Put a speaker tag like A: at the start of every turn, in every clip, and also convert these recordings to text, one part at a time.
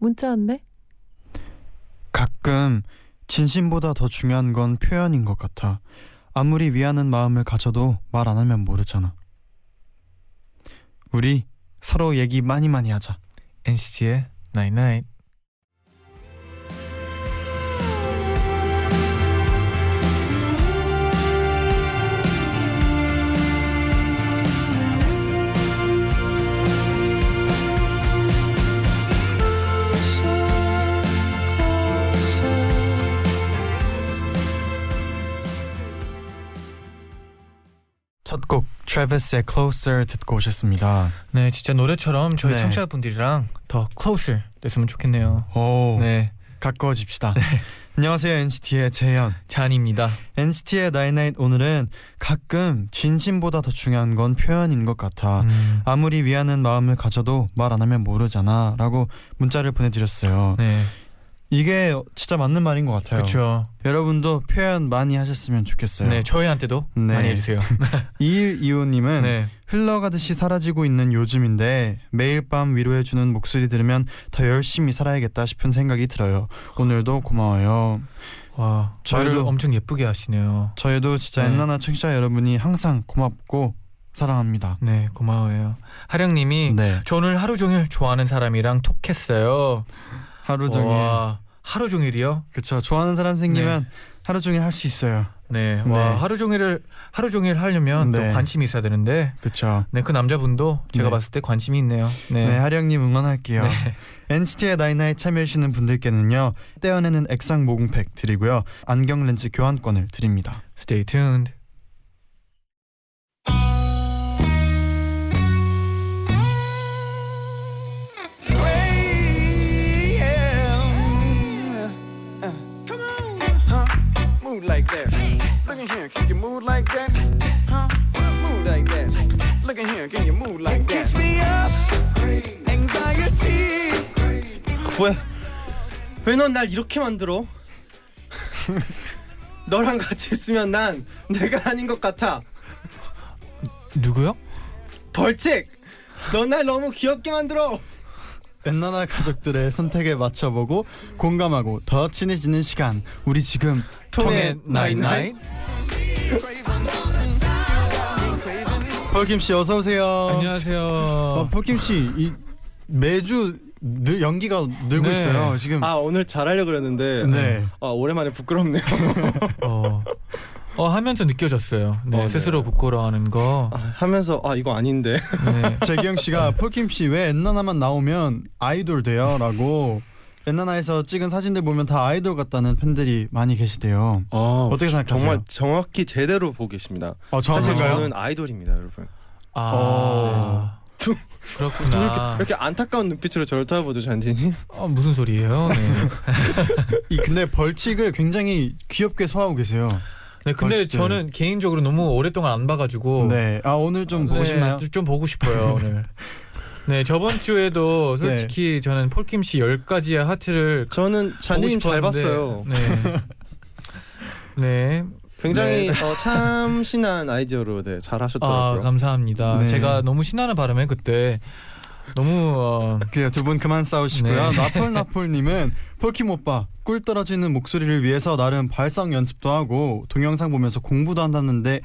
A: 문자 왔네.
B: 가끔 진심보다 더 중요한 건 표현인 것 같아. 아무리 위하는 마음을 가져도 말 안 하면 모르잖아. 우리 서로 얘기 많이 많이 하자.
C: NCT의 Night Night.
B: 첫 곡 트래비스의 Closer 듣고 오셨습니다.
C: 네, 진짜 노래처럼 저희
B: 네.
C: 청취자분들이랑 더 closer 됐으면 좋겠네요.
B: 오,
C: 네,
B: 가까워집시다. 안녕하세요 NCT의 재현.
C: 잔입니다.
B: NCT의 Night Night 오늘은 가끔 진심보다 더 중요한 건 표현인 것 같아.
C: 음,
B: 아무리 위하는 마음을 가져도 말 안 하면 모르잖아라고 문자를 보내드렸어요.
C: 네,
B: 이게 진짜 맞는 말인 것 같아요.
C: 그렇죠.
B: 여러분도 표현 많이 하셨으면 좋겠어요.
C: 네, 저희한테도
B: 네.
C: 많이 해주세요.
B: 이일 이호님은
C: 네,
B: 흘러가듯이 사라지고 있는 요즘인데 매일 밤 위로해주는 목소리 들으면 더 열심히 살아야겠다 싶은 생각이 들어요. 오늘도 고마워요.
C: 와, 저희를
B: 저희도-
C: 엄청 예쁘게 하시네요.
B: 저희도 진짜
C: 네.
B: 엔나나 청취자 여러분이 항상 고맙고 사랑합니다.
C: 네, 고마워요. 하령님이
B: 네.
C: 저 오늘 하루 종일 좋아하는 사람이랑 톡했어요.
B: 하루 종일
C: 와, 네. 하루 종일이요?
B: 그쵸 좋아하는 사람 생기면 하루 종일 할 수 있어요.
C: 네,
B: 네.
C: 와 하루 종일을 하루 종일 하려면
B: 네.
C: 또 관심이 있어야 되는데,
B: 그쵸
C: 네 그 남자분도 제가
B: 네.
C: 봤을 때 관심이 있네요.
B: 네,
C: 네,
B: 하령님 응원할게요.
C: 네.
B: NCT의 나이나이 참여해주시는 분들께는요 떼어내는 액상 모공팩 드리고요 안경 렌즈 교환권을 드립니다.
C: Stay tuned.
D: Come on. Huh? Move like that. Look in here, can you move like that? Huh? Move like that. Look in here, can you move like that? Kiss me up. Anxiety.
E: 뭐야? 왜 넌 날 이렇게 만들어? 너랑 같이 있으면 난 내가 아닌 것 같아.
C: 누구요?
E: 벌칙. 넌 날 너무 귀엽게 만들어.
B: 엔나나 가족들의 선택에 맞춰보고 공감하고 더 친해지는 시간 우리 지금 네,
E: 통해 네, 나이 나이.
C: 나잇나잇.
B: 폴킴 씨 어서 오세요. 어,
C: 안녕하세요.
B: 폴킴 씨 이, 매주 늘 연기가 늘고
C: 네.
B: 있어요 지금.
E: 아 오늘 잘하려 그랬는데
B: 네.
E: 아 오랜만에 부끄럽네요.
C: 어, 어 하면서 느껴졌어요. 네,
E: 어, 네.
C: 스스로 부끄러워하는 거.
E: 아, 하면서 아 이거 아닌데.
C: 네.
B: 재경 씨가 폴킴 씨 왜 엔나나만 나오면 아이돌 돼요라고 엔나나에서 찍은 사진들 보면 다 아이돌 같다는 팬들이 많이 계시대요.
E: 어,
B: 어떻게 생각하세요?
E: 정말 정확히 제대로 보고 계십니다.
B: 어,
E: 사실
B: 정확한가요?
E: 저는 아이돌입니다, 여러분.
C: 아,
B: 어.
E: 왜
C: 그렇구나.
E: 이렇게, 왜 이렇게 안타까운 눈빛으로 저를 쳐다보죠, 잔디님?
C: 어, 무슨 소리예요? 네.
B: 이 근데 벌칙을 굉장히 귀엽게 소화하고 계세요.
C: 네, 근데
B: 벌칙들.
C: 저는 개인적으로 너무 오랫동안 안 봐가지고.
B: 네. 아 오늘 좀 보고
C: 네,
B: 싶나요?
C: 좀 보고 싶어요 오늘. 네 저번 주에도 솔직히 저는 폴킴 씨 10가지의 하트를 보고
E: 저는 잔디님 잘
C: 싶었는데,
E: 봤어요.
C: 네. 네.
E: 굉장히 어, 참신한 아이디어로 네, 잘
C: 아
E: 하셨더라고요.
C: 감사합니다.
B: 네.
C: 제가 너무 신나는 바람에 그때 너무 어,
B: 그래요. 두 분 그만 싸우시고요.
C: 네.
B: 나폴 나폴님은 폴킴 오빠 꿀 떨어지는 목소리를 위해서 나름 발성 연습도 하고 동영상 보면서 공부도 한다는데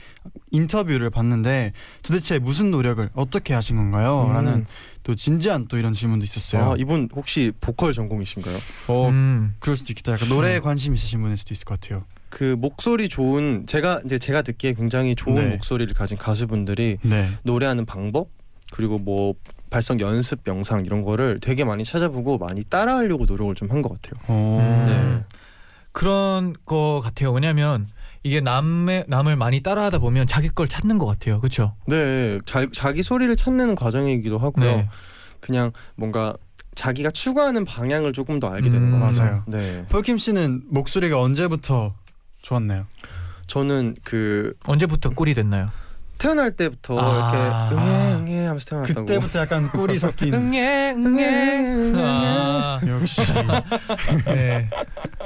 B: 인터뷰를 봤는데 도대체 무슨 노력을 어떻게 하신 건가요?
E: 음.
B: 라는 또 진지한 또 이런 질문도 있었어요.
E: 아, 이분 혹시 보컬 전공이신가요?
B: 어
C: 음,
B: 그럴 수도 있겠다. 약간 노래에 관심 있으신 분일 수도 있을 것 같아요.
E: 그 목소리 좋은 제가 이제 제가 듣기에 굉장히 좋은
B: 네.
E: 목소리를 가진 가수분들이
B: 네.
E: 노래하는 방법 그리고 뭐 발성 연습 영상 이런 거를 되게 많이 찾아보고 많이 따라하려고 노력을 좀 한 것 같아요.
B: 어.
C: 음, 그런 거 같아요. 왜냐하면 이게 남의 남을 많이 따라하다 보면 자기 걸 찾는 것 같아요. 그렇죠?
E: 네, 자, 자기 소리를 찾는 과정이기도 하고요.
C: 네.
E: 그냥 뭔가 자기가 추구하는 방향을 조금 더 알게 되는
C: 음,
E: 것 같아요.
B: 맞아요.
E: 네,
B: 폴킴 씨는 목소리가 언제부터 좋았나요?
E: 저는 그
C: 언제부터 꿀이 됐나요?
E: 태어날 때부터
C: 아.
E: 이렇게 응애 응애 하면서 태어났다고.
B: 그때부터 약간 꿀이 섞인
C: 응애 응애 아,
B: 역시
C: 네.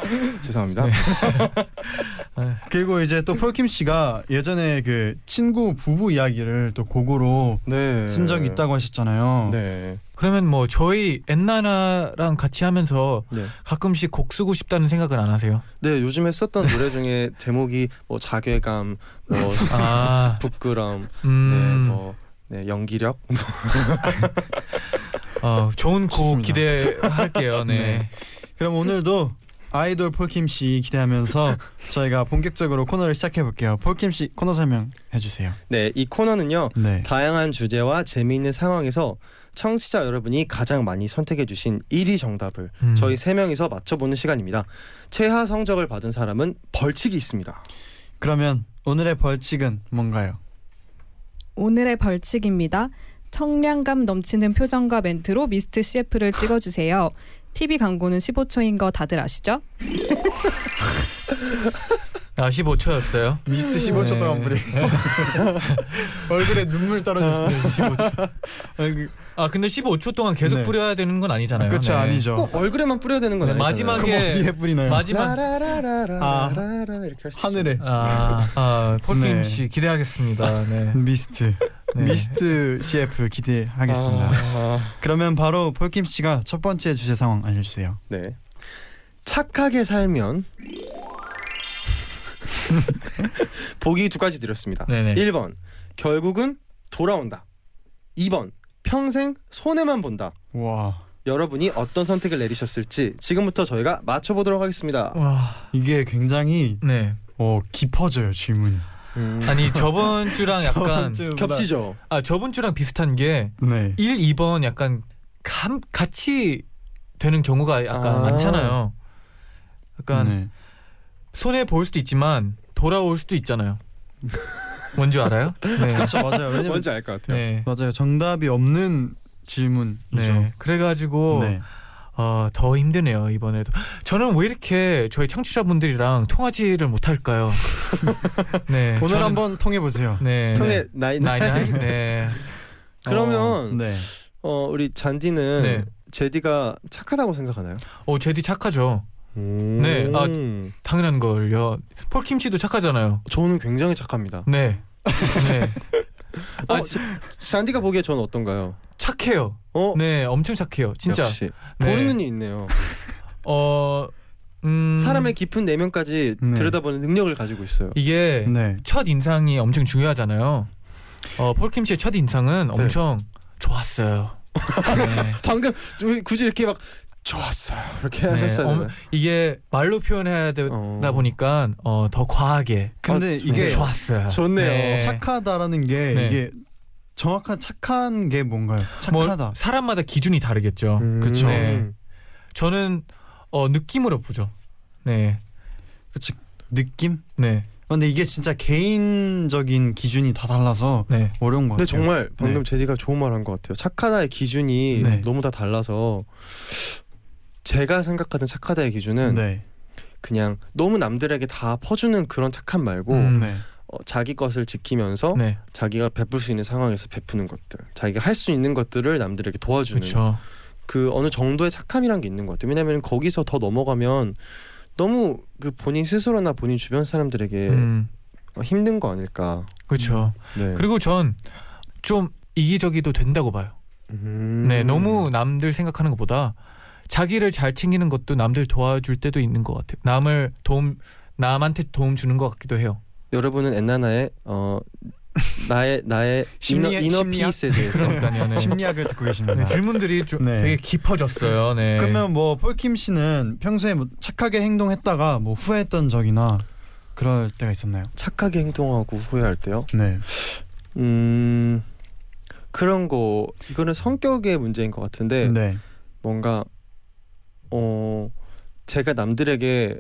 E: 죄송합니다.
C: 네.
B: 그리고 이제 또 폴킴 씨가 예전에 그 친구 부부 이야기를 또 곡으로
E: 네.
B: 쓴 적이 있다고 하셨잖아요.
E: 네.
C: 그러면 뭐 저희 엔나나랑 같이 하면서
E: 네.
C: 가끔씩 곡 쓰고 싶다는 생각은 안 하세요?
E: 네, 요즘에 썼던 노래 중에 제목이 뭐 자괴감, 뭐
C: 아,
E: 부끄럼,
C: 음,
E: 네, 뭐 네, 연기력.
C: 어, 좋은 곡
B: 좋습니다.
C: 기대할게요. 네.
B: 그럼 오늘도 아이돌 폴킴 씨 기대하면서 저희가 본격적으로 코너를 시작해 볼게요. 폴킴 씨 코너 설명 해주세요.
E: 네, 이 코너는요.
B: 네.
E: 다양한 주제와 재미있는 상황에서 청취자 여러분이 가장 많이 선택해 주신 1위 정답을
C: 음.
E: 저희 세 명이서 맞춰보는 시간입니다. 최하 성적을 받은 사람은 벌칙이 있습니다.
B: 그러면 오늘의 벌칙은 뭔가요?
A: 오늘의 벌칙입니다. 청량감 넘치는 표정과 멘트로 미스트 CF를 찍어주세요. TV 광고는 15초인 거 다들 아시죠?
C: 아 15초였어요.
B: 미스트
C: 15초 동안 뿌리-
B: 네. 얼굴에 눈물 떨어졌어요. 15초.
C: 아 근데 15초 동안 계속
B: 그 네.
C: 뿌려야 되는 건 아니잖아요.
B: 그렇죠
C: 네.
B: 아니죠.
E: 꼭 얼굴에만 뿌려야 되는 건
C: 네,
E: 아니잖아요.
C: 마지막에-
B: 그럼 어디에 뿌리나요?
C: 마지막
E: 라라라라라라 이렇게 할수 있죠.
B: 하늘에
C: 아, 아 폴킴
B: 네.
C: 씨 기대하겠습니다. 네.
B: 미스트
C: 네.
B: 미스트 CF 기대하겠습니다.
E: 아,
B: 그러면 바로 폴킴 씨가 첫 번째 주제 상황 알려주세요.
E: 네. 착하게 살면 보기 두 가지 드렸습니다.
C: 네네.
E: 1번 결국은 돌아온다. 2번 평생 손해만 본다.
B: 와
E: 여러분이 어떤 선택을 내리셨을지 지금부터 저희가 맞춰보도록 하겠습니다.
C: 어, 와,
B: 이게 굉장히
C: 네.
B: 어 깊어져요 질문.
C: 아니 저번 주랑 약간
E: 음, 겹치죠.
C: 아 저번 주랑 비슷한 게
B: 네.
C: 1, 2번 약간 감, 같이 되는 경우가 약간
E: 아.
C: 많잖아요. 약간
B: 네.
C: 손해 볼 수도 있지만 돌아올 수도 있잖아요. 뭔지 알아요? 네.
B: 그렇죠 맞아요. 왜냐면
E: 뭔지 알 것 같아요.
C: 네.
B: 맞아요 정답이 없는 질문이죠.
C: 네. 그래가지고
B: 네.
C: 어, 더 힘드네요 이번에도. 저는 왜 이렇게 저희 청취자분들이랑 통하지를 못할까요? 네.
B: 오늘
C: 저는-
B: 한번 통해 보세요.
C: 네.
E: 통해
C: 네.
E: 나이
C: 나이
E: 나이.
C: 나이. 네.
E: 그러면
B: 네.
E: 어, 우리 잔디는
C: 네.
E: 제디가 착하다고 생각하나요?
C: 어 제디 착하죠. 네, 아, 당연한 걸요. 폴킴 씨도 착하잖아요.
E: 저는 굉장히 착합니다.
C: 네. 네.
E: 어,
C: 아,
E: 자- 잔디가 보기에 저는 어떤가요?
C: 착해요.
E: 어,
C: 네, 엄청 착해요. 진짜.
E: 역시
C: 네.
E: 보는 눈이 있네요.
C: 어 음,
E: 사람의 깊은 내면까지
B: 네.
E: 들여다보는 능력을 가지고 있어요.
C: 이게
B: 네.
C: 첫 인상이 엄청 중요하잖아요. 어 폴킴 씨의 첫 인상은
E: 네.
C: 엄청 좋았어요. 네.
E: 방금 좀 굳이 이렇게 막 좋았어요 이렇게
C: 네,
E: 하셨어야
C: 어머-
E: 되나?
C: 이게 말로 표현해야 되다
E: 어.
C: 보니까 어, 더 과하게
B: 근데
E: 아,
B: 이게
C: 네, 좋았어요.
E: 좋네요.
B: 착하다라는 게
C: 네.
B: 이게 정확한 착한 게 뭔가요?
C: 뭐
B: 착하다.
C: 사람마다 기준이 다르겠죠.
E: 음.
B: 그쵸.
C: 네. 저는 어, 느낌으로 보죠. 네,
B: 그치 느낌? 어,
C: 네,
B: 근데 이게 진짜 개인적인 기준이 다 달라서
C: 네.
B: 어려운 것
E: 근데
B: 같아요.
E: 정말 방금
B: 네.
E: 제디가 좋은 말 한 것 같아요. 착하다의 기준이
B: 네.
E: 너무 다 달라서 제가 생각하는 착하다의 기준은
B: 네.
E: 그냥 너무 남들에게 다 퍼주는 그런 착함 말고
C: 음.
B: 네.
E: 어, 자기 것을 지키면서
C: 네,
E: 자기가 베풀 수 있는 상황에서 베푸는 것들, 자기가 할 수 있는 것들을 남들에게 도와주는
C: 그렇죠.
E: 그 어느 정도의 착함이란 게 있는 것 같아요. 왜냐하면 거기서 더 넘어가면 너무 그 본인 스스로나 본인 주변 사람들에게
C: 음,
E: 어, 힘든 거 아닐까.
C: 그렇죠.
E: 네.
C: 그리고 전 좀 이기적이도 된다고 봐요.
E: 음.
C: 네, 너무 남들 생각하는 것보다 자기를 잘 챙기는 것도 남들 도와줄 때도 있는 것 같아요. 남을 도움 남한테 도움 주는 것 같기도 해요.
E: 여러분은 엔나나의 어 나의 나의 이너
B: 심리학-
E: 이너
B: 심리학?
E: 피스에 대해서
C: 그러니까요. 네.
B: 심리학을 듣고 계십니다.
C: 네, 질문들이 좀
B: 네.
C: 되게 깊어졌어요. 네.
B: 그러면 뭐 폴킴 씨는 평소에 뭐 착하게 행동했다가 뭐 후회했던 적이나 그럴 때가 있었나요?
E: 착하게 행동하고 후회할 때요.
B: 네.
E: 음 그런 거 이거는 성격의 문제인 것 같은데
B: 네.
E: 뭔가 어 제가 남들에게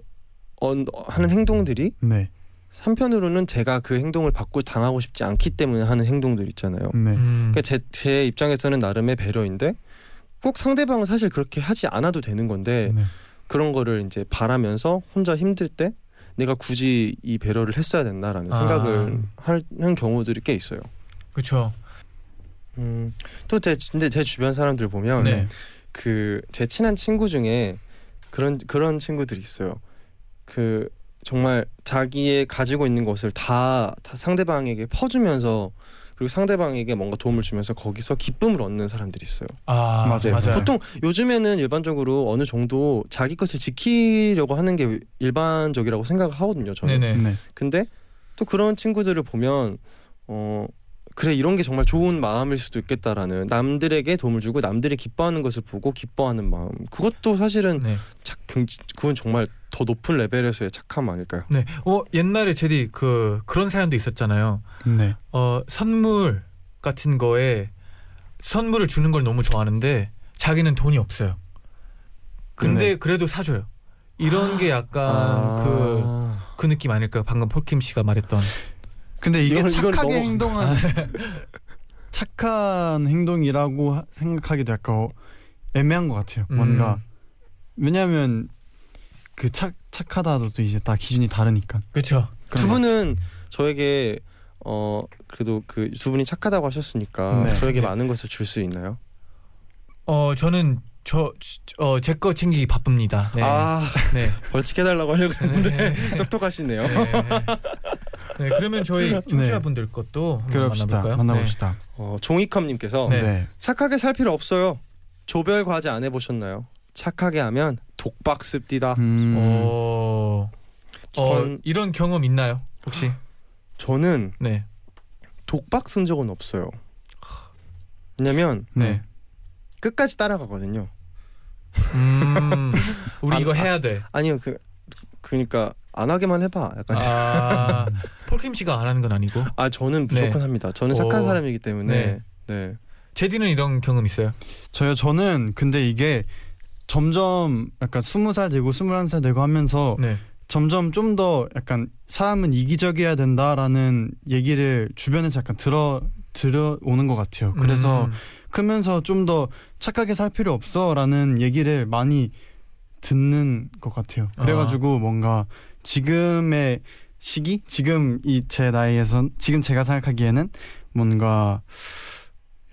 E: 언- 하는 행동들이
B: 네.
E: 한편으로는 제가 그 행동을 받고 당하고 싶지 않기 때문에 하는 행동들 있잖아요.
B: 네.
C: 음,
E: 그러니까 제, 제 입장에서는 나름의 배려인데 꼭 상대방은 사실 그렇게 하지 않아도 되는
C: 음.
E: 건데
B: 네.
E: 그런 거를 이제 바라면서 혼자 힘들 때 내가 굳이 이 배려를 했어야 됐나라는
C: 아.
E: 생각을 하는 경우들이 꽤 있어요.
C: 그렇죠.
E: 음, 또 제 근데 제 주변 사람들 보면
C: 네.
E: 그 제 친한 친구 중에 그런 그런 친구들이 있어요. 그 정말 자기의 가지고 있는 것을 다, 다 상대방에게 퍼주면서 그리고 상대방에게 뭔가 도움을 주면서 거기서 기쁨을 얻는 사람들이 있어요.
C: 아
B: 맞아요.
C: 맞아요.
E: 보통 요즘에는 일반적으로 어느 정도 자기 것을 지키려고 하는 게 일반적이라고 생각을 하거든요. 저는.
C: 네네.
B: 네.
E: 근데 또 그런 친구들을 보면 어 그래 이런 게 정말 좋은 마음일 수도 있겠다라는 남들에게 도움을 주고 남들이 기뻐하는 것을 보고 기뻐하는 마음 그것도 사실은
C: 네.
E: 착 긍- 그건 정말 더 높은 레벨에서의 착함 아닐까요?
C: 네. 어 옛날에 제디 그 그런 사연도 있었잖아요.
B: 네.
C: 어 선물 같은 거에 선물을 주는 걸 너무 좋아하는데 자기는 돈이 없어요. 근데
B: 네.
C: 그래도 사줘요. 이런 게 약간
B: 아.
C: 그 그
E: 아.
C: 느낌 아닐까요? 방금 폴킴 씨가 말했던.
B: 근데 이게
E: 이건- 이건
B: 착하게
E: 넘어가-
C: 아,
B: 행동한
C: 네.
B: 착한 행동이라고 하- 생각하기도 약간 어, 애매한 것 같아요.
C: 음.
B: 뭔가 왜냐하면 그 착 착하다도 이제 다 기준이 다르니까.
C: 그렇죠.
E: 두
B: 그런 것
E: 분은 저에게 어 그래도 그 두 분이 착하다고 하셨으니까
B: 네.
E: 저에게
C: 네.
E: 많은 것을 줄 수 있나요?
C: 어 저는 저어제 거 챙기기 바쁩니다. 네.
E: 아
C: 네.
E: 벌칙 해달라고 하려고 했는데 똑똑하시네요.
C: 네. 네, 그러면 저희 청취자분들 것도 한번
B: 그럽시다.
C: 만나볼까요?
B: 만나봅시다.
E: 어, 종이컵님께서
C: 네.
B: 네.
E: 착하게 살 필요 없어요. 조별 과제 안 해보셨나요? 착하게 하면 독박 씁디다.
C: 네.
B: 음,
C: 어, 어
E: 건-
C: 이런 경험 있나요 혹시?
E: 저는
C: 네.
E: 독박 쓴 적은 없어요. 왜냐면
C: 네.
B: 네.
E: 끝까지 따라가거든요.
C: 음, 우리
E: 안-
C: 이거
E: 안-
C: 해야 돼.
E: 아니요 그 그러니까 안 하게만 해봐. 약간 아,
C: 아, 폴킴 씨가 안 하는 건 아니고
E: 저는 무조건
C: 네.
E: 합니다. 저는 착한
C: 오.
E: 사람이기 때문에 네.
C: 제디는 이런 경험 있어요?
B: 저요 저는 근데 이게 점점 약간 스무 살 되고 스물한 살 되고 하면서
C: 네.
B: 점점 좀 더 약간 사람은 이기적이어야 된다라는 얘기를 주변에서 약간 들어 들어오는 것 같아요. 그래서
C: 음,
B: 크면서 좀 더 착하게 살 필요 없어라는 얘기를 많이 듣는 것 같아요. 그래가지고 뭔가 지금의 시기, 지금 이 제 나이에선 지금 제가 생각하기에는 뭔가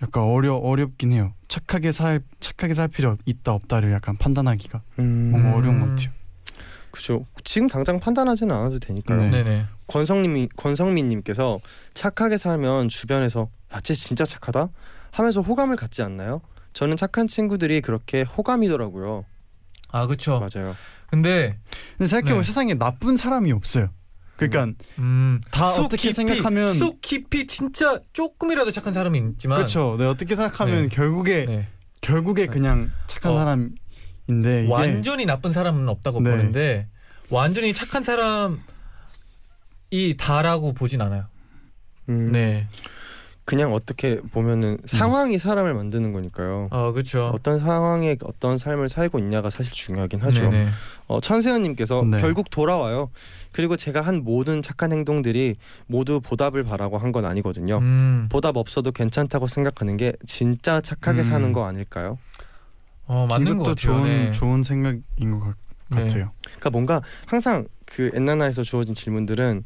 B: 약간 어려 어렵긴 해요. 착하게 살 착하게 살 필요 있다 없다를 약간 판단하기가
E: 음,
B: 뭔가 어려운 것 같아요.
E: 그죠. 지금 당장 판단하지는 않아도 되니까요.
B: 네.
C: 네네.
E: 권성님이 권성민님께서 착하게 살면 주변에서 아쟤 진짜 착하다 하면서 호감을 갖지 않나요? 저는 착한 친구들이 그렇게 호감이더라고요.
C: 아 그렇죠.
E: 맞아요.
C: 근데
B: 근데 생각해보면
C: 네.
B: 세상에 나쁜 사람이 없어요. 그러니까
C: 음,
B: 다
C: 속
B: 어떻게
C: 깊이,
B: 생각하면
C: 속 깊이 진짜 조금이라도 착한 사람이 있지만
B: 그렇죠. 네 어떻게 생각하면
C: 네.
B: 결국에
C: 네.
B: 결국에 그냥 착한
C: 어.
B: 사람인데 예, 이게
C: 완전히 나쁜 사람은 없다고
B: 네.
C: 보는데 완전히 착한 사람이 다라고 보진 않아요.
E: 음,
C: 네. 음.
E: 그냥 어떻게 보면은 상황이 사람을 만드는 거니까요.
C: 어 그렇죠.
E: 어떤 상황에 어떤 삶을 살고 있냐가 사실 중요하긴 하죠.
C: 네네.
E: 어, 천세현님께서
B: 네.
E: 결국 돌아와요. 그리고 제가 한 모든 착한 행동들이 모두 보답을 바라고 한 건 아니거든요.
C: 음.
E: 보답 없어도 괜찮다고 생각하는 게 진짜 착하게
B: 음.
E: 사는 거 아닐까요?
C: 어 맞는
B: 이것도
C: 것 같아요.
B: 좋은
C: 네.
B: 좋은 생각인 것 같,
C: 네.
B: 아요
E: 그러니까 뭔가 항상 그 엔나나에서 주어진 질문들은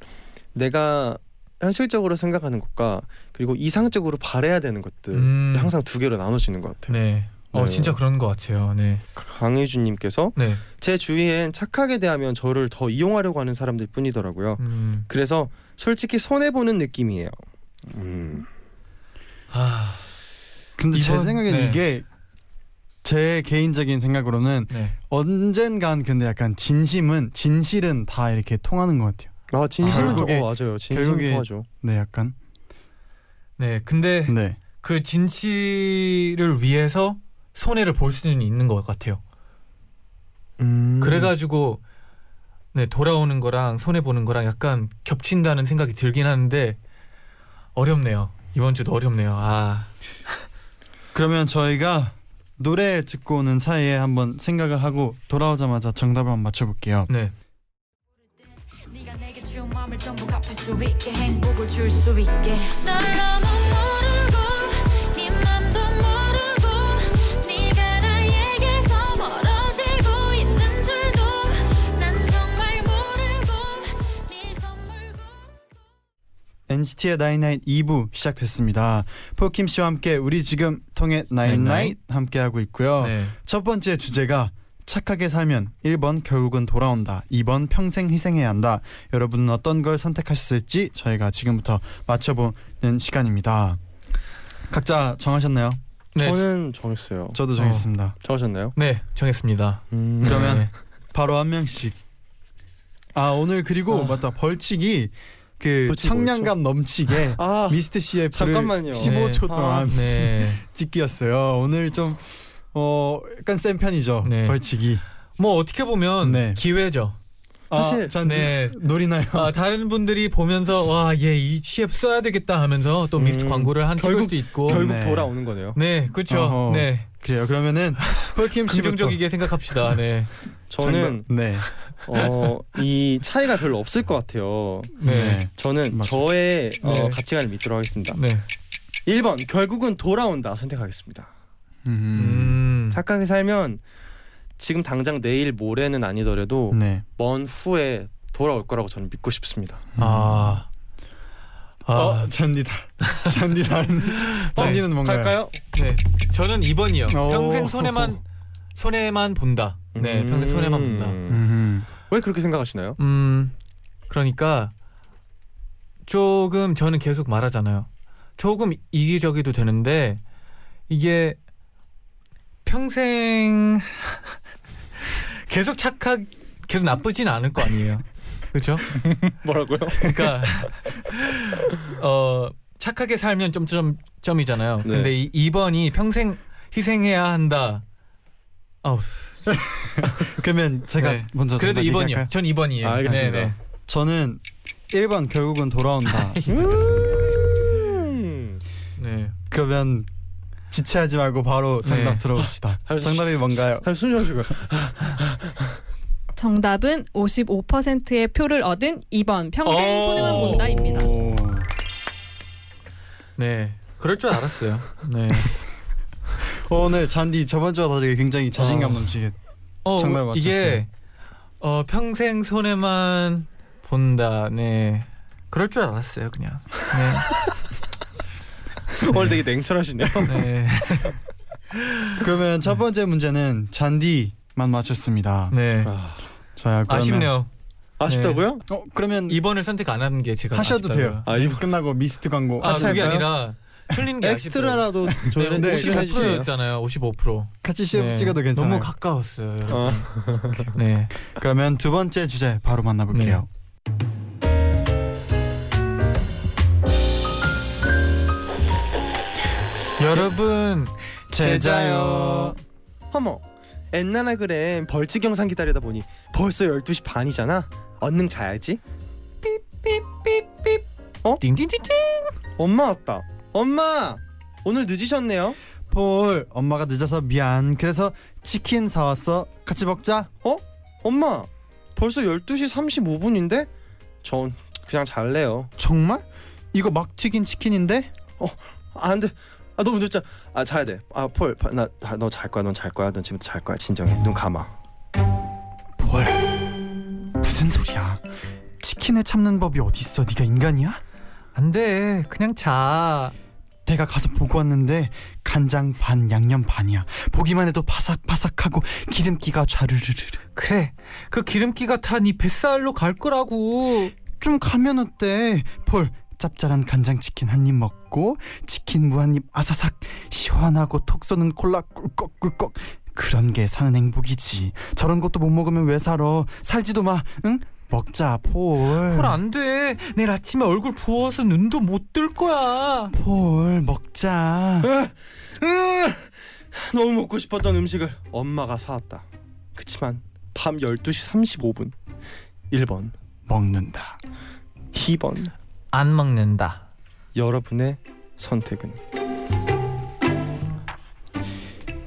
E: 내가 현실적으로 생각하는 것과 그리고 이상적으로 바래야 되는
B: 네.
E: 것들
C: 음.
E: 항상 두 개로 나눠지는 것 같아요.
C: 네. 어
E: 네.
C: 진짜 그런 것 같아요. 네.
E: 강혜준님께서
C: 네.
E: 제 주위엔 착하게 대하면 저를 더 이용하려고 하는 사람들 뿐이더라고요.
C: 음.
E: 그래서 솔직히 손해 보는 느낌이에요. 음.
C: 아.
B: 근데
C: 이번-
B: 제 생각엔
C: 네.
B: 이게 제 개인적인 생각으로는
C: 네.
B: 언젠간 근데 약간 진심은 진실은 다 이렇게 통하는 것 같아요.
E: 아 진심은
C: 아.
E: 또-
B: 결국에-
E: 어, 맞아요. 진심
B: 결국에-
E: 통하죠.
B: 네, 약간
C: 네. 근데
B: 네,
C: 그 진실을 위해서 손해를 볼 수는 있는 것 같아요.
E: 음.
C: 그래가지고 네 돌아오는 거랑 손해 보는 거랑 약간 겹친다는 생각이 들긴 하는데 어렵네요. 이번 주도 어렵네요. 아
B: 그러면 저희가 노래 듣고 오는 사이에 한번 생각을 하고 돌아오자마자 정답을 한번 맞춰볼게요.
C: 네.
F: 네가 내게 준 마음을 전부 갚을 수 있게 행복을 줄 수 있게 널 너무 모르고 네 맘도 모르고 네가 네
B: NCT의 나인나잇 2부 시작됐습니다. 폴킴 씨와 함께 우리 지금 통해 나인나잇 함께 하고 있고요.
C: 네.
B: 첫 번째 주제가 착하게 살면 1번 결국은 돌아온다. 2번 평생 희생해야 한다. 여러분은 어떤 걸 선택하셨을지 저희가 지금부터 맞춰보는 시간입니다. 각자 정하셨나요?
C: 네.
E: 저는 정했어요.
B: 저도 정했습니다.
E: 정하셨나요?
C: 네, 정했습니다.
E: 음.
B: 그러면
C: 네.
B: 바로 한 명씩. 아 오늘 그리고
E: 아.
B: 맞다 벌칙이 그
E: 벌칙
B: 청량감 넘치게
E: 아
B: 미스트 씨의 불을
E: 잠깐만요.
B: 15초
C: 네.
B: 동안
C: 네.
B: 찍기였어요. 오늘 좀어 약간 센 편이죠
C: 네.
B: 벌칙이.
C: 뭐 어떻게 보면
B: 네.
C: 기회죠.
E: 사실,
B: 아, 네.
C: 네.
B: 놀이나요.
C: 아, 다른 분들이 보면서 와, 얘 이 취업 써야 되겠다 하면서 또 미스트
E: 음,
C: 광고를 한
E: 결국-
C: 결국, 수도 있고.
E: 결국
B: 네.
E: 돌아오는 거네요.
C: 네, 그렇죠.
B: 어허.
C: 네.
B: 그래요. 그러면은 폴킴 씨부터.
C: 긍정적이게 생각합시다. 네.
E: 저는
B: 잠깐- 네.
E: 어, 이 차이가 별로 없을 것 같아요.
C: 네.
E: 저는
B: 맞아.
E: 저의 어,
C: 네.
E: 가치관을 믿도록 하겠습니다.
C: 네.
E: 1번 결국은 돌아온다 선택하겠습니다.
B: 음.
C: 음.
E: 착하게 살면 지금 당장 내일 모레는 아니더라도
B: 네.
E: 먼 후에 돌아올 거라고 저는 믿고 싶습니다.
C: 아. 아,
B: 어 잔디다. 잔디다. 잔디는 뭔가요?
E: 갈까요?
C: 네. 저는 2번이요.
B: 오.
C: 평생 손해만 손해만 본다. 네, 평생 손해만 본다.
E: 음.
B: 음.
E: 왜 그렇게 생각하시나요?
C: 음. 그러니까 조금 저는 계속 말하잖아요. 조금 이기적이도 되는데 이게 평생 계속 착하 계속 나쁘진 않을 거 아니에요. 그렇죠?
E: 뭐라고요?
C: 그러니까 어 착하게 살면 점점 점이잖아요.
E: 네.
C: 근데 이 2번이 평생 희생해야 한다. 아우,
B: 그러면 제가
C: 네.
B: 먼저
C: 그래도
B: 정답
C: 2번이요.
B: 얘기할까요?
C: 전 2번이에요. 네,
E: 알겠습니다.
B: 저는 1번 결국은 돌아온다.
E: 음.
C: 네.
B: 그러면 지체하지 말고 바로 정답
C: 네.
B: 들어봅시다. 정답이 뭔가요?
E: 한숨 숨 쉬고
A: 정답은 55%의 표를 얻은 2번 평생
C: 오.
A: 손해만 본다입니다.
B: 오.
C: 네. 그럴 줄 알았어요. 네.
B: 어, 오늘 잔디 저번 주와 다르게 굉장히 자신감
C: 어.
B: 넘치게.
C: 어,
B: 정말
C: 뭐 이게 어 평생 손해만 본다. 네. 그럴 줄 알았어요, 그냥.
B: 네.
E: 오늘 되게 냉철하시네요.
C: 네. 네.
B: 그러면 첫 번째 문제는 잔디만 맞췄습니다.
C: 네.
E: 아,
B: 좋아요. 그러면-
C: 아쉽네요.
E: 아쉽다고요?
B: 어 그러면
C: 2번을 선택 안 하는 게 제가
B: 하셔도
C: 아쉽다고요.
B: 돼요.
E: 아 이번
B: 끝나고 미스트 광고
C: 아,
B: 같이
C: 그게
B: 할까요?
C: 아니라 틀린 게 아쉽더라고요.
E: 엑스트라라도 저희는
C: 네,
B: 네,
E: 네,
B: 같이 해주세요.
C: 55%였잖아요. 55%.
B: 같이 CF
C: 네,
B: 찍어도 괜찮아요.
C: 너무 가까웠어요. 여러분.
E: 어.
C: 네.
B: 그러면 두 번째 주제 바로 만나볼게요.
C: 여러분
B: 네.
C: 제자요.
E: 어머 엔나나 그램 벌칙 영상 기다리다 보니 벌써 12시 반이잖아 얼른 자야지
C: 띵띵띵띵.
E: 엄마 왔다 엄마 오늘 늦으셨네요
B: 폴 엄마가 늦어서 미안. 그래서 치킨 사왔어. 같이 먹자.
E: 엄마 벌써 12시 35분인데 전 그냥 잘래요
B: 정말? 이거 막 튀긴 치킨인데?
E: 아 안돼 아 너무 늦자 아 자야 돼아폴나너 잘 거야 넌 잘 거야 넌 지금 잘 거야 진정해 눈 감아
B: 폴 무슨 소리야? 치킨을 참는 법이 어디 있어? 네가 인간이야?
C: 안 돼. 그냥 자.
B: 내가 가서 보고 왔는데 간장 반 양념 반이야. 보기만 해도 바삭바삭하고 기름기가 좌르르르.
C: 그래. 그 기름기가 탄 이 뱃살로 갈 거라고.
B: 좀 가면 어때? 폴 짭짤한 간장 치킨 한 입 먹고 치킨 무한입 아사삭 시원하고 톡 쏘는 콜라 꿀꺽꿀꺽 그런 게 사는 행복이지. 저런 것도 못 먹으면 왜 살아? 살지도 마. 응? 먹자 폴.
C: 헐, 안 돼. 내일 아침에 얼굴 부어서 눈도 못 뜰 거야.
B: 폴 먹자.
E: 으아! 너무 먹고 싶었던 음식을 엄마가 사왔다 그치만 밤 12시 35분 1번
B: 먹는다.
E: 2번
C: 안 먹는다.
E: 여러분의 선택은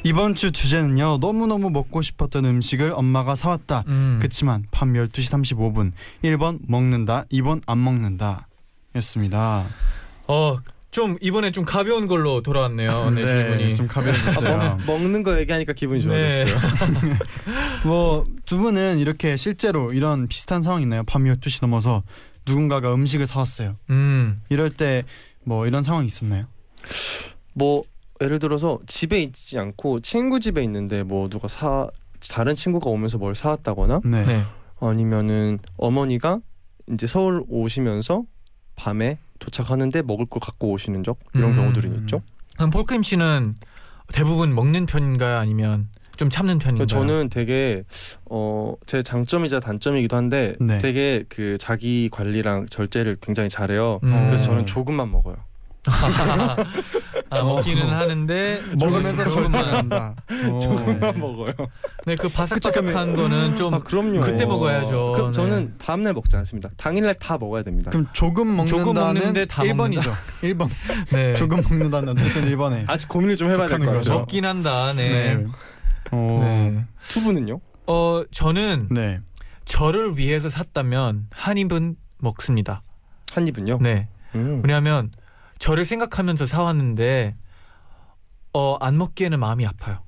B: 이번 주 주제는요. 너무너무 먹고 싶었던 음식을 엄마가 사왔다.
C: 음.
B: 그치만 밤 12시 35분 1번 먹는다 2번 안 먹는다 였습니다
C: 어, 좀 이번에 좀 가벼운 걸로 돌아왔네요. 네, 질문이. 아,
B: 좀 가벼워졌어요
E: 먹는 거 얘기하니까 기분이
C: 네.
E: 좋아졌어요.
B: 뭐 두 분은 이렇게 실제로 이런 비슷한 상황 있나요? 밤 12시 넘어서 누군가가 음식을 사왔어요.
C: 음.
B: 이럴 때 뭐 이런 상황이 있었나요?
E: 뭐 예를 들어서 집에 있지 않고 친구 집에 있는데 뭐 누가 사 다른 친구가 오면서 뭘 사왔다거나
B: 네.
C: 네.
E: 아니면은 어머니가 이제 서울 오시면서 밤에 도착하는데 먹을 걸 갖고 오시는 적 이런
C: 음.
E: 경우들이 있죠.
C: 그럼 폴크임 씨는 대부분 먹는 편인가요? 아니면 좀 참는 편인가요?
E: 그러니까 저는 되게 어 제 장점이자 단점이기도 한데
B: 네.
E: 되게 그 자기 관리랑 절제를 굉장히 잘해요.
C: 음.
E: 그래서 저는 조금만 먹어요.
C: 아, 먹기는 하는데
B: 먹으면서
C: 조금만.
B: 절제한다. 어,
E: 조금만 먹어요.
C: 네, 그 바삭바삭한 거는 좀
E: 아 그럼요.
C: 그때 먹어야죠.
E: 그,
C: 네.
E: 저는 다음 날 먹지 않습니다. 당일날 다 먹어야 됩니다.
B: 그럼 조금
C: 조금
B: 먹는다는
C: 먹는데 다
B: 1번이죠. 1번.
C: 네.
B: 조금 먹는다는 어쨌든 1번에.
E: 아직 고민을 좀 해봐야 될 것
B: 속하는
E: 같아요.
B: 거죠.
C: 먹긴 한다. 네. 네.
B: 오. 네.
E: 투부는요?
C: 어, 저는
B: 네.
C: 저를 위해서 샀다면 한 입은 먹습니다.
E: 한 입은요?
C: 네.
E: 음.
C: 왜냐하면 저를 생각하면서 사왔는데 어, 안 먹기에는 마음이 아파요.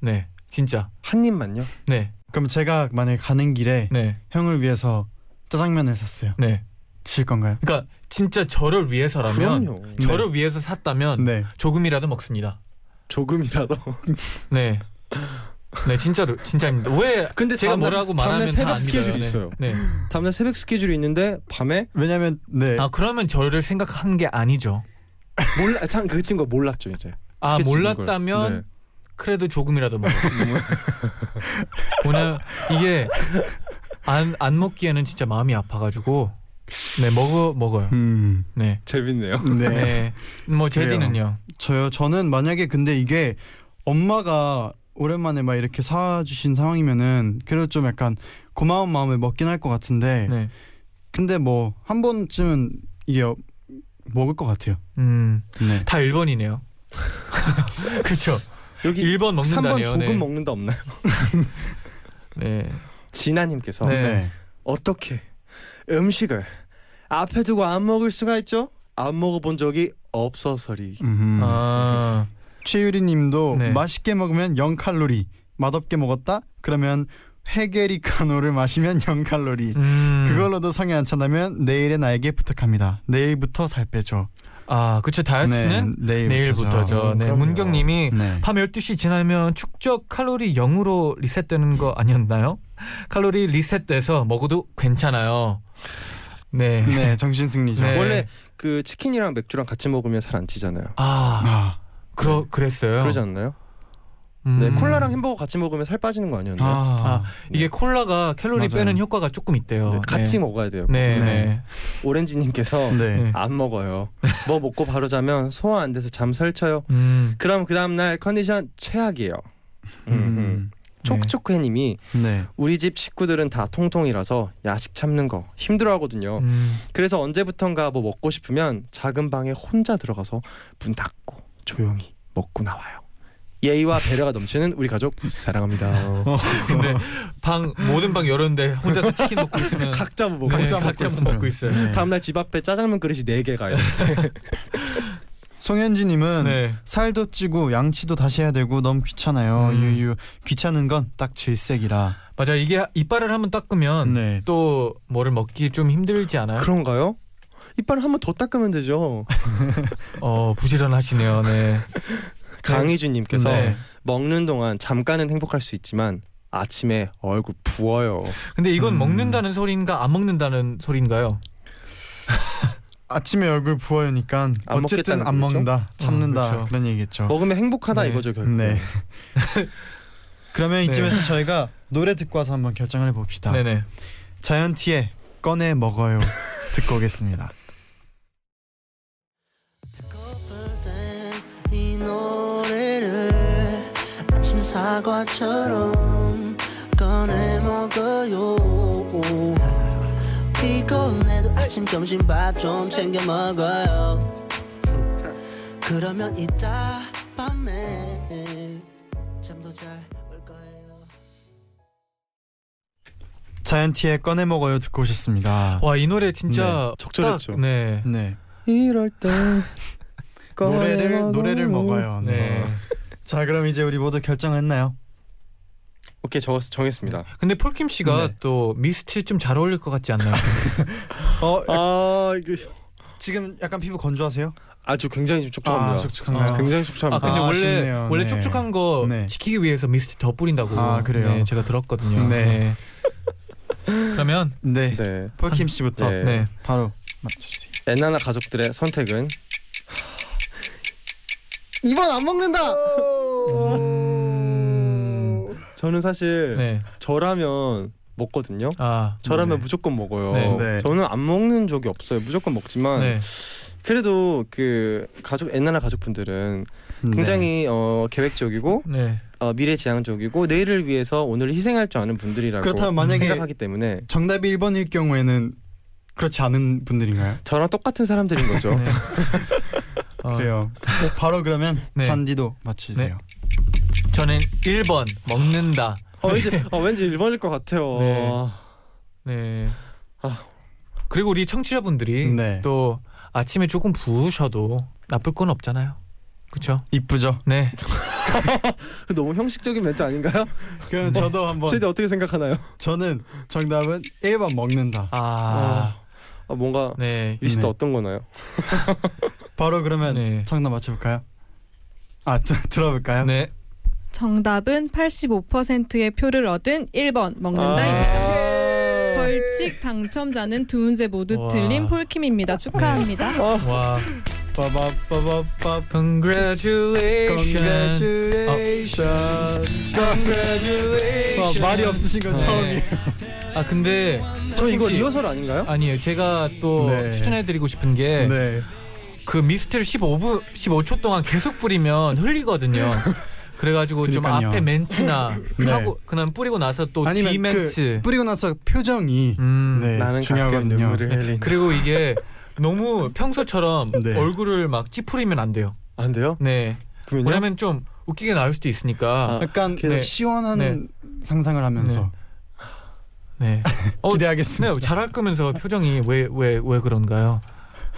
C: 네, 진짜.
E: 한 입만요?
C: 네,
B: 그럼 제가 만약에 가는 길에
C: 네,
B: 형을 위해서 짜장면을 샀어요.
C: 네.
B: 드실 건가요?
C: 그러니까 진짜 저를 위해서라면
E: 그럼요. 네,
C: 저를 위해서 샀다면
B: 네.
C: 조금이라도 먹습니다.
E: 조금이라도.
C: 네. 네, 진짜로 진짜입니다. 왜
E: 근데
C: 제가
E: 다음날-
C: 뭐라고 말하면
E: 다음날 새벽
C: 다안 믿어요.
E: 스케줄이
C: 네.
E: 있어요.
C: 네.
E: 다음날 새벽 스케줄이 있는데 밤에
B: 왜냐면 네.
C: 아, 그러면 저를 생각한 게 아니죠.
E: 몰라 참그 친구가 몰랐죠 이제.
C: 아,
E: 스케줄 있는 걸.
C: 몰랐다면
E: 네.
C: 그래도 조금이라도 먹어. 오늘 이게 안, 안 먹기에는 진짜 마음이 아파가지고 네 먹어 먹어요.
B: 음.
C: 네.
E: 재밌네요.
B: 네.
C: 네. 뭐 제디는요.
B: 저요. 저는 만약에 근데 이게 엄마가 오랜만에 막 이렇게 사주신 상황이면은 그래도 좀 약간 고마운 마음에 먹긴 할 것 같은데
C: 네.
B: 근데 뭐 한 번쯤은 이게 어- 먹을 것 같아요.
C: 음.
B: 네.
C: 다 1번이네요. 그렇죠.
E: 여기
C: 1번
E: 3번
C: 먹는다네요.
E: 조금
C: 네.
E: 먹는다 없나요?
C: 네.
E: 진아님께서
C: 네.
E: 어떻게 음식을 앞에 두고 안 먹을 수가 있죠? 안 먹어본 적이 없어서리.
B: 음.
C: 아.
B: 최유리님도
C: 네.
B: 맛있게 먹으면 0 칼로리, 맛없게 먹었다 그러면 헤게리카노를 마시면 0 칼로리.
C: 음.
B: 그걸로도 성에 안 찬다면 내일의 나에게 부탁합니다. 내일부터 살 빼죠.
C: 아, 그렇죠. 다이어트는
B: 네,
C: 내일부터죠. 네.
E: 그럼요. 음.
C: 문경 님이
B: 네.
C: 밤 12시 지나면 축적 칼로리 0으로 리셋되는 거 아니었나요? 칼로리 리셋돼서 먹어도 괜찮아요. 네.
B: 네, 정신 승리죠.
C: 네.
E: 원래 그 치킨이랑 맥주랑 같이 먹으면 살 안 찌잖아요.
C: 아,
B: 아,
C: 그러 그랬어요.
E: 네. 그러지 않나요?
C: 음.
E: 네, 콜라랑 햄버거 같이 먹으면 살 빠지는 거 아니었나요?
B: 아,
C: 이게 콜라가 칼로리
B: 맞아요.
C: 빼는 효과가 조금 있대요.
E: 네, 같이
C: 네.
E: 먹어야 돼요.
C: 네,
B: 네.
C: 네.
E: 오렌지님께서
B: 네.
C: 네.
E: 안 먹어요. 뭐 먹고 바로 자면 소화 안 돼서 잠 설쳐요.
C: 음.
E: 그럼 그 다음 날 컨디션 최악이에요. 음, 음.
B: 음,
C: 네.
E: 촉촉해님이
C: 음.
B: 네.
E: 우리 집 식구들은 다 통통이라서 야식 참는 거 힘들어하거든요.
C: 음.
E: 그래서 언제부턴가 뭐 먹고 싶으면 작은 방에 혼자 들어가서 문 닫고 조용히 먹고 나와요. 예의와 배려가 넘치는 우리 가족 사랑합니다.
C: 근데 방 모든 방 열었는데 혼자서 치킨 먹고 있으면
E: 각자 뭐 먹고
C: 네,
B: 각자
E: 있어요. 네.
B: 먹고
C: 각자
B: 있어요.
C: 먹고 있어요.
E: 다음 날 집 앞에 짜장면 그릇이 네 개가 요
B: 송현지님은
E: 음.
C: 네.
B: 살도 찌고 양치도 다시 해야 되고 너무 귀찮아요.
C: 음.
B: 유유 귀찮은 건 딱 질색이라.
C: 맞아. 이게 이빨을 한번
E: 음.
C: 닦으면
B: 네.
C: 또 뭐를 먹기 좀 힘들지
E: 어?
C: 않아요?
E: 그런가요? 이빨 한 번 더 닦으면 되죠.
C: 어, 부지런하시네요. 네.
E: 강희준님께서
C: 네.
E: 먹는 동안 잠깐은 행복할 수 있지만 아침에 얼굴 부어요.
C: 근데 이건
B: 음.
C: 먹는다는 소리인가 안 먹는다는 소리인가요?
B: 아침에 얼굴 부어요니까
E: 안
B: 어쨌든
E: 먹겠다는
B: 안
E: 거겠죠?
B: 먹는다, 참는다
C: 그렇죠.
B: 그런 얘기겠죠.
E: 먹으면 행복하다
C: 네.
E: 이거죠 결국.
B: 네. 그러면
C: 네.
B: 이쯤에서 저희가 노래 듣고 와서 한번 결정을 해봅시다.
C: 네네.
B: 자이언티의 꺼내 먹어요 듣고 오겠습니다.
G: 이 노래를 아침 사과처럼 꺼내 먹어요 피곤해도 아침 점심 밥 좀 챙겨 먹어요 그러면 이따 밤에 잠도 잘 올 거예요
B: 자이언티의 꺼내 먹어요 듣고 오셨습니다.
C: 와 이 노래 진짜
E: 네, 적절했죠.
C: 딱, 네.
B: 네.
E: 이럴 때
B: 노래를 노래를 먹어요. 네.
C: 네.
B: 자 그럼 이제 우리 모두 결정했나요?
E: 오케이 적 정했습니다.
C: 근데 폴킴 씨가
B: 네.
C: 또 미스티 좀 잘 어울릴 것 같지 않나요?
B: 어,
E: 아 이거
B: 지금 약간 피부 건조하세요?
E: 아주 그- 굉장히 좀 촉촉합니다.
B: 촉촉한가요?
C: 아,
E: 굉장히
C: 아
E: 촉촉합니다.
C: 근데
B: 아,
C: 원래
B: 아쉽네요.
C: 원래
B: 네.
C: 촉촉한 거
B: 네.
C: 지키기 위해서 미스티 더 뿌린다고.
B: 아, 그래요?
C: 네, 제가 들었거든요.
B: 네.
C: 네. 그러면
B: 네.
E: 네.
B: 폴킴 씨부터
E: 네.
C: 네.
B: 바로 맞춰주세요.
E: 엔나나 가족들의 선택은 2번 안 먹는다.
B: 음.
E: 저는 사실
C: 네.
E: 저라면 먹거든요.
C: 아.
E: 저라면
B: 네.
E: 무조건 먹어요.
C: 네.
B: 네.
E: 저는 안 먹는 적이 없어요. 무조건 먹지만
C: 네.
E: 그래도 그 가족 엔나나 가족분들은
B: 네.
E: 굉장히 어, 계획적이고
C: 네.
E: 어, 미래지향적이고 내일을 위해서 오늘 희생할 줄 아는 분들이라고
B: 그렇다면 만약에-
E: 생각하기 때문에
B: 정답이 1번일 경우에는 그렇지 않은 분들인가요?
E: 저랑 똑같은 사람들인 거죠.
C: 네. 어,
B: 그렇죠. 그래요. 바로 그러면
C: 네.
B: 잔디도 맞추세요.
C: 저는 1번 먹는다.
E: 어, 왠지 어, 왠지 1번일 것 같아요.
C: 네. 네.
E: 아.
C: 그리고 우리 청취자분들이
B: 네.
C: 또 아침에 조금 부으셔도 나쁠 건 없잖아요. 그렇죠?
B: 이쁘죠?
C: 네.
E: 너무 형식적인 멘트 아닌가요?
B: 그럼 저도 한번
E: 쟤들 어떻게 생각하나요?
B: 저는 정답은 1번 먹는다.
C: 아.
B: 어.
E: 아, 뭔가
C: 네.
E: 리스트
B: 네.
E: 어떤 거나요?
B: 바로 그러면
C: 네.
B: 정답 맞춰볼까요? 아 드- 들어볼까요?
C: 네.
A: 정답은 85%의 표를 얻은 1번
C: 어,
E: 아.
A: 먹는다입니다. 벌칙 당첨자는 두 문제 모두
C: 와.
A: 틀린 폴킴입니다. 축하합니다.
B: 어.
C: 와.
B: 빠바빠바빠
C: Congratulations.
B: Congratulations. 와, 어, 말이 없으신 건
C: 네.
B: 처음이에요.
C: 아 근데
E: 저 이거
C: 혹시-
E: 리허설 아닌가요?
C: 아니에요. 제가 또
B: 네.
C: 추천해드리고 싶은 게 그
B: 네.
C: 미스트를 15분, 15초 동안 계속 뿌리면 흘리거든요. 그래가지고 좀
B: 그러니까요.
C: 앞에 멘트나
B: 네.
C: 하고 그냥 뿌리고 나서 또
B: 아니면
C: 뒤 멘트.
B: 그 뿌리고 나서 표정이
C: 음. 네.
B: 네,
E: 나는 가끔
B: 중요하거든요.
E: 눈물을 흘린다.
C: 그리고 이게 너무 평소처럼
B: 네.
C: 얼굴을 막 찌푸리면 안 돼요.
E: 아, 안 돼요?
C: 네.
E: 그러면요?
C: 왜냐면 좀 웃기게 나올 수도 있으니까.
E: 아,
B: 약간
C: 계속-
B: 시원한
C: 네.
B: 상상을 하면서 아,
C: 네. 어,
B: 기대하겠습니다.
C: 네, 잘할 거면서 표정이 왜 왜 왜 그런가요?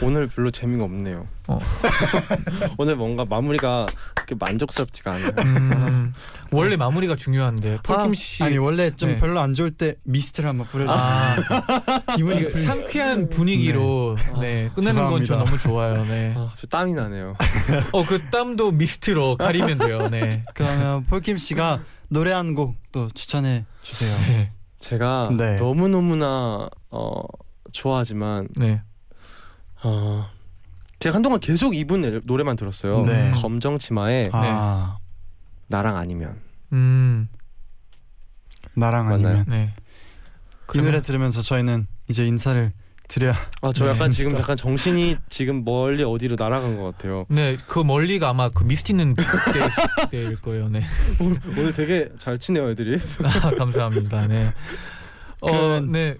E: 오늘 별로 재미가 없네요.
C: 어.
E: 오늘 뭔가 마무리가 그렇게 만족스럽지가 않아요.
C: 음, 원래 마무리가 중요한데 폴킴 씨
B: 아니 원래 좀
C: 네.
B: 별로 안 좋을 때 미스트를 한번 뿌려주세요.
C: 아,
B: 기분이
C: 이게
B: 풀.
C: 상쾌한 분위기로 네, 끝내는 건
B: 죄송합니다.
C: 저 너무 좋아요. 네.
E: 아, 저 땀이 나네요.
C: 어, 그 땀도 미스트로 가리면 돼요. 네.
B: 그러면 폴킴 씨가 노래 한 곡 또 추천해 주세요.
C: 네.
E: 제가
B: 네.
E: 너무 너무나 어, 좋아하지만
C: 네.
E: 어, 제가 한동안 계속 이분 노래- 노래만 들었어요.
B: 네.
E: 검정 치마의
B: 아
C: 네.
E: 나랑 아니면
C: 음.
B: 나랑
E: 맞나요?
B: 아니면
C: 네.
B: 이
C: 그러면-
B: 노래 들으면서 저희는 이제 인사를 드려야
E: 아 저
C: 네.
E: 약간 지금 잠깐 정신이 지금 멀리 어디로 날아간 것 같아요.
C: 네, 그 멀리가 아마 그 미스트 있는 그때- 그때일 거예요. 네.
E: 오늘, 오늘 되게 잘 치네요 애들이.
C: 아, 감사합니다. 네. 어,
B: 그러면-
C: 네.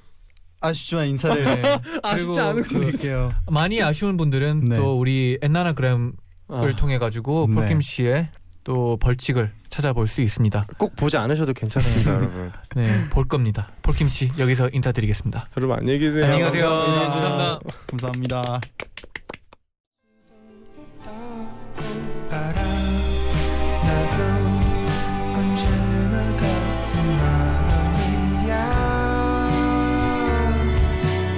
B: 아쉽지만 인사를
C: 네.
E: 아쉽지
C: 그리고
E: 않은
C: 그-
B: 드릴게요.
C: 많이 아쉬운 분들은
B: 네.
C: 또 우리 엔나나그램을
E: 아,
C: 통해 가지고
B: 네.
C: 폴킴 씨의 또 벌칙을 찾아볼 수 있습니다.
E: 꼭 보지 않으셔도 괜찮습니다, 여러분.
C: 네, 볼 겁니다. 폴킴 씨 여기서 인사드리겠습니다.
E: 여러분 안녕히 계세요.
C: 안녕히 가세요. 네,
B: 감사합니다.
C: 감사합니다.
B: 감사합니다.
G: 알아 나도 언제나 같은 마음이야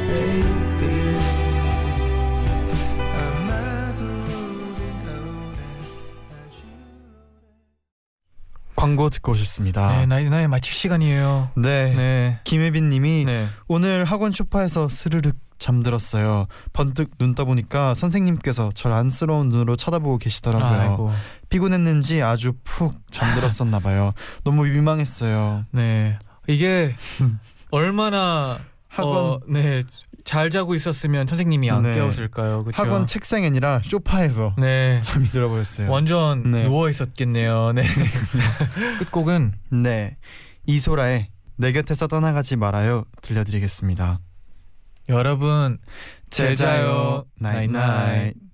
G: baby 아마도 우린 오래 아주
B: 광고 듣고 오셨습니다.
C: 네,
B: 네.
C: 나이 나이 마칠 시간이에요. 네.
B: 김혜빈님이
C: 네.
B: 오늘 학원 소파에서 스르륵 잠들었어요. 번뜩 눈 떠보니까 선생님께서 절 안쓰러운 눈으로 쳐다보고 계시더라고요.
C: 아이고.
B: 피곤했는지 아주 푹 잠들었었나 봐요. 너무 민망했어요.
C: 네. 이게 얼마나
B: 음. 학원
C: 어, 네. 잘 자고 있었으면 선생님이 안
B: 네.
C: 깨웠을까요. 그렇죠?
B: 학원 책상이 아니라 소파에서
C: 네.
B: 잠이 들어버렸어요.
C: 완전
B: 네.
C: 누워 있었겠네요. 네. 끝곡은
B: 네. 이소라의 내 곁에서 떠나가지 말아요 들려드리겠습니다.
C: 여러분 제자요
B: 나잇나잇.
C: 나잇나잇